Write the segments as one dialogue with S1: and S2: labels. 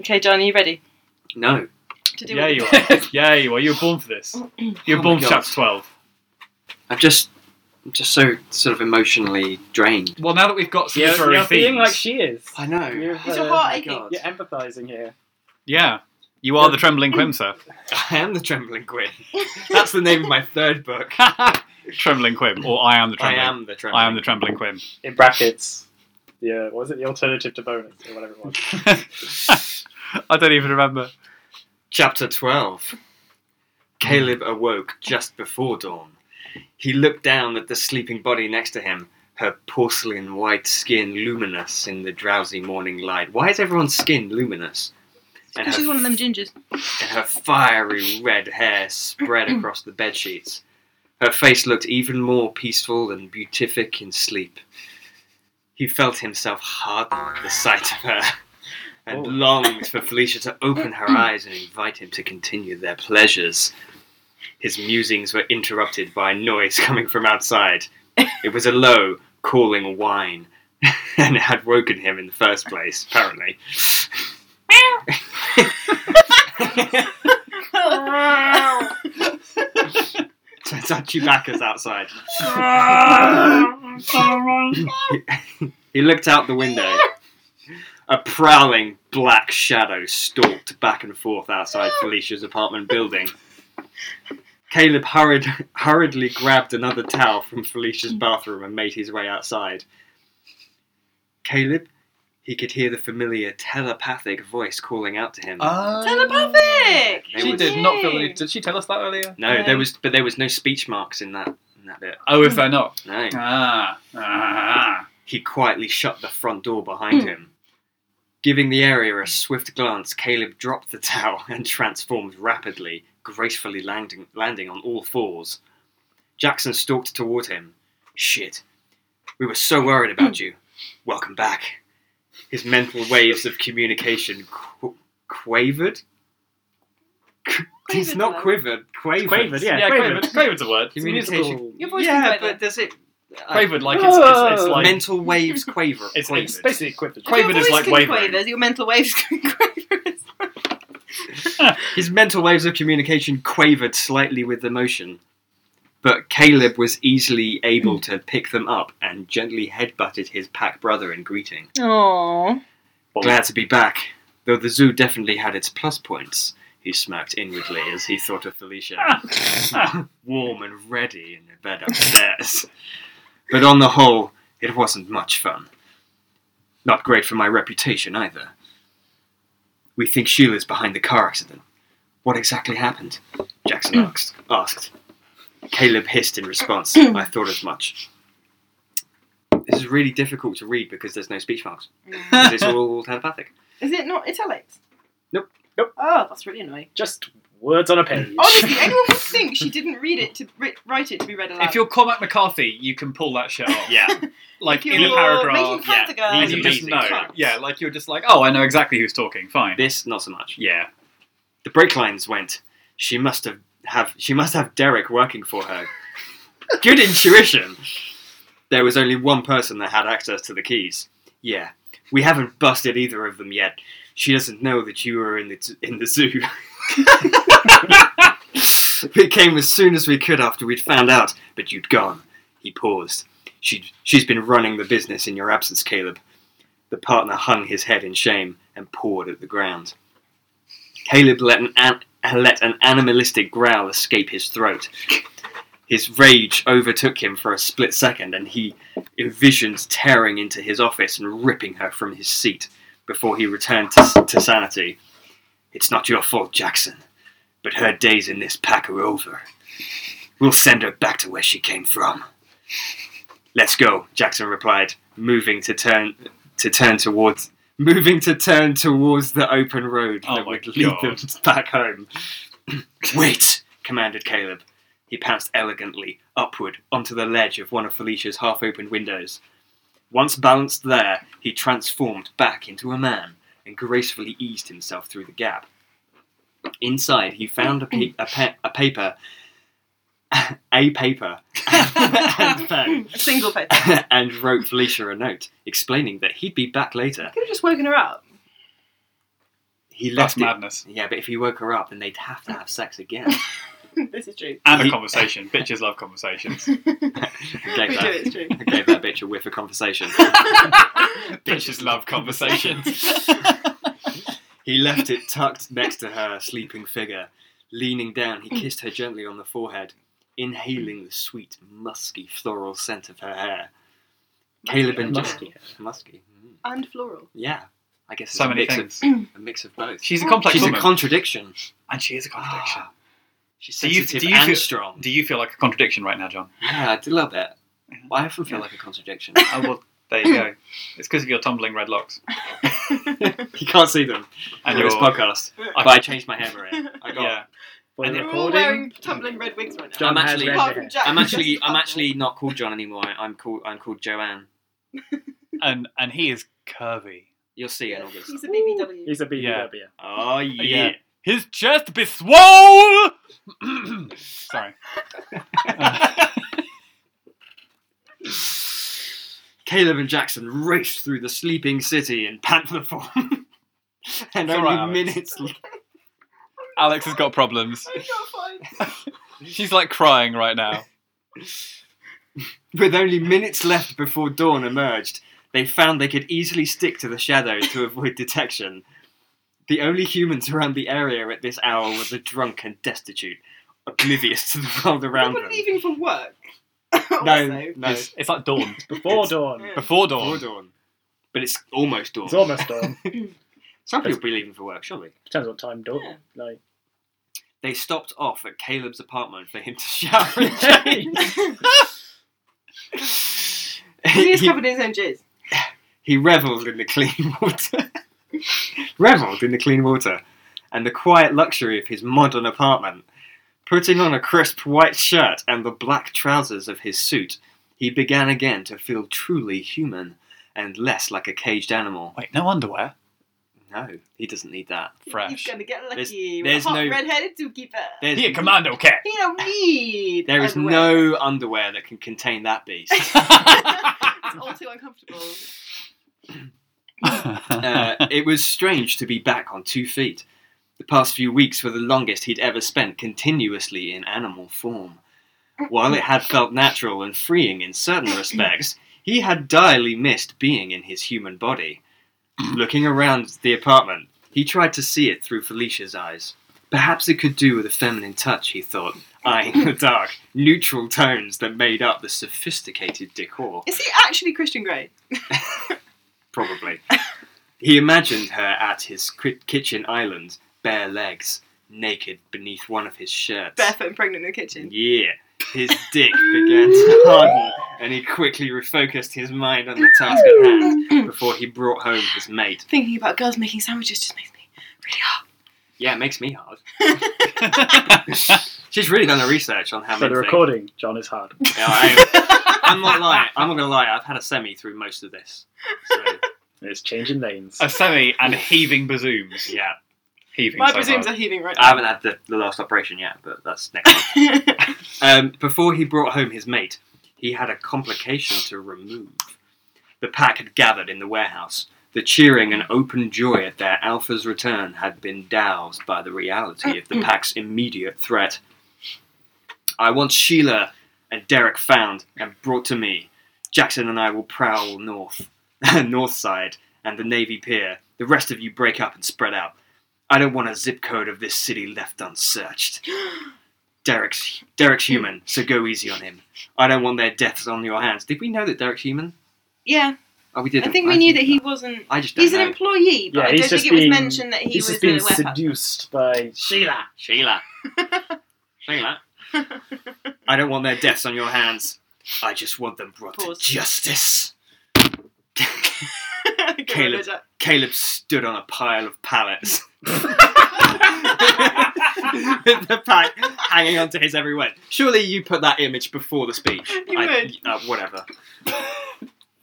S1: Okay, John, are you ready
S2: No.
S1: to do
S3: Yeah,
S1: it?
S3: you are. yeah, you are. You were born for this. You were
S2: Oh
S3: born
S2: my
S3: for
S2: God.
S3: chapter 12.
S2: I'm just, I'm just so sort of emotionally drained.
S3: Well, now that we've got some
S4: You're,
S3: literary
S4: you're feeling
S3: themes-
S4: like she is.
S2: I know.
S4: You're,
S1: Is your
S4: uh,
S1: heart
S2: my
S1: aching?
S2: God.
S4: You're empathising here.
S3: Yeah. You are the trembling quimser.
S2: I am the Trembling Quinn. That's the name of my third book.
S3: trembling quim. Or I am the
S2: I
S3: trembling.
S2: am the Trembling.
S3: I am the trembling quim.
S4: In brackets. Yeah, what was it? The alternative to bonus or whatever it was.
S3: I don't even remember.
S2: Chapter 12 Caleb awoke just before dawn. He looked down at the sleeping body next to him, her porcelain white skin luminous in the drowsy morning light. Why is everyone's skin luminous? And
S1: Because she's
S2: her,
S1: one of them gingers.
S2: and her fiery red hair spread across the bed sheets. Her face looked even more peaceful and beatific in sleep. He felt himself harden at the sight of her and
S4: Oh.
S2: longed for Felicia to open her eyes and invite him to continue their pleasures. His musings were interrupted by a noise coming from outside. It was a low, calling whine, and it had woken him in the first place, apparently. Turns out Chewbacca's outside. He looked out the window. A prowling black shadow stalked back and forth outside Felicia's apartment building. Caleb hurried, hurriedly grabbed another towel from Felicia's bathroom and made his way outside. Caleb, he could hear the familiar telepathic voice calling out to him.
S3: Uh,
S1: Telepathic!
S2: They
S4: She
S2: was-
S4: did not feel the
S1: Yay.
S4: need. Did she tell us that earlier?
S2: no, there was, but there was no speech marks in that in that bit.
S3: Oh, if they're not.
S2: No.
S3: Ah. ah.
S2: he quietly shut the front door behind him. Giving the area a swift glance, Caleb dropped the towel and transformed rapidly, gracefully landing, landing on all fours. Jackson stalked toward him. Shit. We were so worried about you. Welcome back. His mental waves of communication qu- quavered? He's
S1: Quavered,
S2: not
S1: though.
S2: quivered. Quavered.
S4: Quavered, yeah.
S3: Yeah,
S4: quavered.
S3: quavered. Quavered's a word.
S2: Communication.
S1: Your voice can
S2: Yeah,
S1: quaver.
S2: but does it. I-
S3: Quavered, like it's, it's, it's
S4: Whoa.
S3: like.
S2: mental waves quaver.
S3: It's like-
S4: It's basically equipped.
S3: Quite- Quavered
S1: your
S3: is
S1: voice
S3: like
S1: can
S3: wavering.
S1: quaver, Your mental waves can quaver.
S2: His mental waves of communication quavered slightly with emotion, but Caleb was easily able to pick them up and gently headbutted his pack brother in greeting.
S1: Aww.
S2: Glad to be back, though the zoo definitely had its plus points. He smirked inwardly as he thought of Felicia, warm and ready in the bed upstairs. but on the whole, it wasn't much fun. Not great for my reputation either. We think Sheila's behind the car accident. What exactly happened? Jackson asked. asked. Caleb hissed in response. I thought as much. This is really difficult to read because there's no speech marks. It's all telepathic.
S1: Is it not italics?
S2: Nope.
S4: Nope.
S1: Oh, that's really annoying.
S4: Just words on a page.
S1: Honestly, anyone would think she didn't read it to ri- write it to be read aloud.
S3: If you're Cormac McCarthy, you can pull that shit off.
S2: Yeah.
S3: Like
S1: If
S3: in a
S1: you're
S3: paragraph.
S1: making Panther Girl,
S3: And
S2: He's
S3: you just
S2: amazing.
S3: know.
S1: Cunt.
S3: Yeah, like you're just like, oh, I know exactly who's talking. Fine.
S2: This, not so much.
S3: Yeah.
S2: The brake lines went. She must have, have she must have Derek working for her. Good intuition. There was only one person that had access to the keys. Yeah, we haven't busted either of them yet. She doesn't know that you were in the in the zoo. it came as soon as we could after we'd found out, but you'd gone. He paused. She she's been running the business in your absence, Caleb. The partner hung his head in shame and pawed at the ground. Caleb let an, an let an animalistic growl escape his throat. His rage overtook him for a split second, and he envisioned tearing into his office and ripping her from his seat before he returned to, to sanity. It's not your fault, Jackson, but her days in this pack are over. We'll send her back to where she came from. Let's go, Jackson replied, moving to turn to turn towards moving to turn towards the open road
S3: Oh
S2: that
S3: my
S2: would lead them
S3: God.
S2: back home. Wait, commanded Caleb. He pounced elegantly upward onto the ledge of one of Felicia's half open windows. Once balanced there, he transformed back into a man and gracefully eased himself through the gap. Inside, he found a, pe- a, pe- a paper, a paper, and pen,
S1: a single page.
S2: and wrote Felicia a note explaining that he'd be back later.
S1: Could have just woken her up.
S2: he
S3: That's
S2: left it.
S3: madness.
S2: Yeah, but if he woke her up, then they'd have to have sex again.
S1: this is true.
S3: And a
S2: He-
S3: conversation. Bitches love conversations.
S1: we do,
S2: Gave that,
S1: it's true.
S2: gave that bitch a whiff of conversation.
S3: Bitches love conversations.
S2: He left it tucked next to her sleeping figure. Leaning down, he kissed her gently on the forehead, inhaling the sweet, musky floral scent of her hair. Caleb and
S4: Musky.
S2: Musky. mm.
S1: And floral.
S2: Yeah. I guess it's
S3: so
S2: a
S3: many
S2: mix
S3: things.
S2: Of, a mix of both.
S3: She's a complex
S2: She's
S3: woman.
S2: a contradiction.
S3: and she is a contradiction.
S2: Ah, she's
S3: Do you-
S2: sensitive
S3: do you
S2: and
S3: feel-
S2: strong.
S3: Do you feel like a contradiction right now, John?
S2: Yeah, I do love that. Well, I often feel
S3: Yeah.
S2: like a contradiction.
S3: Oh, well, there you go. It's because of your tumbling red locks.
S2: you can't see them
S3: And
S2: on
S3: your,
S2: this podcast,
S3: I-
S2: but I changed my hair array. I got.
S3: yeah.
S4: We're
S3: And
S1: We're all
S4: recording.
S1: wearing tumbling red wigs right now.
S4: John
S2: I'm
S4: has
S2: actually-
S4: red
S1: Apart
S4: hair.
S1: from Jack.
S2: I'm actually, I'm actually not called John anymore. I'm called, I'm called Joanne.
S3: And, and he is curvy.
S2: You'll see in August.
S1: He's a BBW.
S4: He's a BBW.
S2: Oh
S3: yeah. His chest be swole. Sorry.
S2: Caleb and Jackson raced through the sleeping city in panther form, and
S3: It's all
S2: only
S3: right, Alex.
S2: minutes. l-
S3: Alex has got problems.
S1: I can't find.
S3: She's like crying right now.
S2: With only minutes left before dawn emerged, they found they could easily stick to the shadows to avoid detection. The only humans around the area at this hour were the drunk and destitute, oblivious to the world around
S1: People
S2: them.
S1: are leaving for work.
S2: No,
S1: also.
S2: no,
S3: It's, it's like dawn.
S4: Before dawn.
S1: Yeah.
S3: Before
S2: before
S3: dawn.
S2: dawn. But it's almost dawn.
S4: It's almost dawn.
S2: Some people be leaving for work, surely.
S4: Depends what time dawn.
S1: Yeah.
S4: Like.
S2: They stopped off at Caleb's apartment for him to shower and change.
S1: he is
S2: he,
S1: covered in his own jizz.
S2: he revelled in the clean water. revelled in the clean water and the quiet luxury of his modern apartment. Putting on a crisp white shirt and the black trousers of his suit, he began again to feel truly human and less like a caged animal.
S3: Wait, no underwear.
S2: No, he doesn't need that.
S3: Fresh.
S1: He's gonna get
S2: There's-
S1: lucky.
S2: there's
S1: with a hot
S2: no-
S1: red-headed zookeeper.
S2: There's,
S3: He a commando cat.
S1: He don't need.
S2: there is
S1: underwear.
S2: no underwear that can contain that beast.
S1: It's all too uncomfortable.
S2: uh, it was strange to be back on two feet. The past few weeks were the longest he'd ever spent continuously in animal form. While it had felt natural and freeing in certain respects, he had direly missed being in his human body. Looking around the apartment, he tried to see it through Felicia's eyes. Perhaps it could do with a feminine touch, he thought, eyeing the dark, neutral tones that made up the sophisticated decor
S1: Is he actually Christian Grey?
S2: probably. he imagined her at his ki- kitchen island, bare legs, naked beneath one of his shirts.
S1: Barefoot and pregnant in the kitchen.
S2: Yeah. His dick began to harden, and he quickly refocused his mind on the task at hand before he brought home his mate.
S1: Thinking about girls making sandwiches just makes me really hot.
S2: Yeah, it makes me hard. She's really done her research on how
S4: For
S2: many.
S4: the recording, John is hard.
S2: Yeah, I, I'm not lying. I'm not gonna lie. I've had a semi through most of this. So
S4: It's changing lanes.
S3: a semi and heaving bazooms.
S2: yeah,
S3: Heaving.
S1: My
S3: so
S1: presumes
S3: hard.
S1: are heaving right
S2: I
S1: now.
S4: Um,
S2: haven't had the, the last operation yet, but that's next. Time. Um, before he brought home his mate, he had a complication to remove. The pack had gathered in the warehouse. The cheering and open joy at their alpha's return had been doused by the reality of the pack's immediate threat. I want Sheila and Derek found and brought to me. Jackson and I will prowl north, north side, and the Navy Pier. The rest of you break up and spread out. I don't want a zip code of this city left unsearched. Derek's Derek's human, so go easy on him. I don't want their deaths on your hands. Did we know that Derek's human?
S1: yeah,
S2: Oh, we didn't.
S1: I think we knew that he wasn't.
S2: I just don't
S1: He's
S2: know.
S1: an employee, but
S4: Yeah,
S1: I
S4: he's
S1: don't
S4: just
S1: think it was
S4: being-
S1: mentioned that he was
S4: He's just
S1: a
S4: being
S1: warehouse.
S4: seduced by.
S2: Sheila, Sheila, Sheila. I don't want their deaths on your hands. I just want them brought
S1: Pause.
S2: to justice.
S1: Good
S2: Caleb.
S1: one, Jack.
S2: Caleb stood on a pile of pallets. With the pack hanging onto his every word. Surely you put that image before the speech.
S1: You would.
S2: Uh, whatever.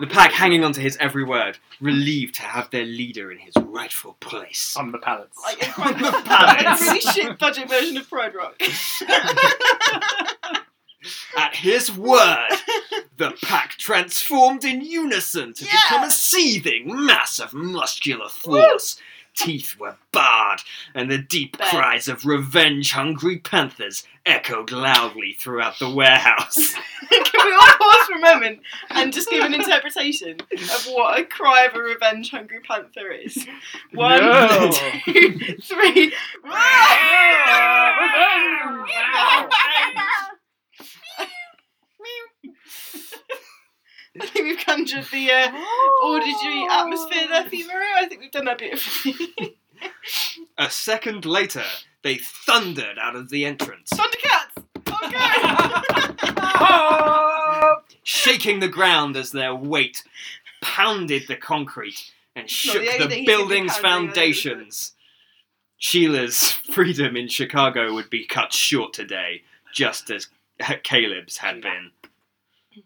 S2: the pack hanging onto his every word, relieved to have their leader in his rightful place.
S1: Um,
S4: On the pallets.
S1: Like it's
S2: On
S1: quite
S2: the
S1: a
S2: pallets.
S1: really shit budget version of Pride Rock.
S2: At his word, the pack transformed in unison to
S1: Yeah.
S2: become a seething mass of muscular force, teeth were bared, and the deep
S1: Bad.
S2: cries of revenge hungry panthers echoed loudly throughout the warehouse.
S1: Can we all pause for a moment and just give an interpretation of what a cry of a revenge hungry panther is? One,
S4: No.
S1: two, three. I think we've conjured the uh, auditory atmosphere there for you, Maria. I think we've done that beautifully.
S2: A second later, they thundered out of the entrance,
S1: Thundercats! Okay!
S3: Oh!
S2: shaking the ground as their weight pounded the concrete and shook
S1: only thing
S2: the
S1: he could be pounding,
S2: building's
S1: I don't know.
S2: foundations. Sheila's freedom in Chicago would be cut short today, just as Caleb's had been.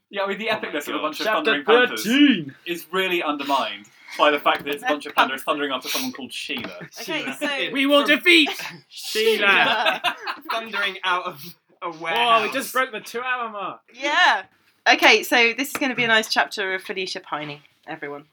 S5: Yeah, I mean the
S2: Oh my
S5: epicness of a
S2: God.
S5: bunch of
S4: Chapter
S5: thundering panthers
S4: 13!
S5: is really undermined by the fact that it's a bunch of panthers thundering after someone called Sheila.
S1: okay, so.
S2: We
S3: will defeat!
S2: Sheila thundering out of a
S4: Oh,
S2: warehouse.
S4: we just broke the two hour mark.
S1: Yeah. Okay, so this is going to be a nice chapter of Felicia pining, everyone.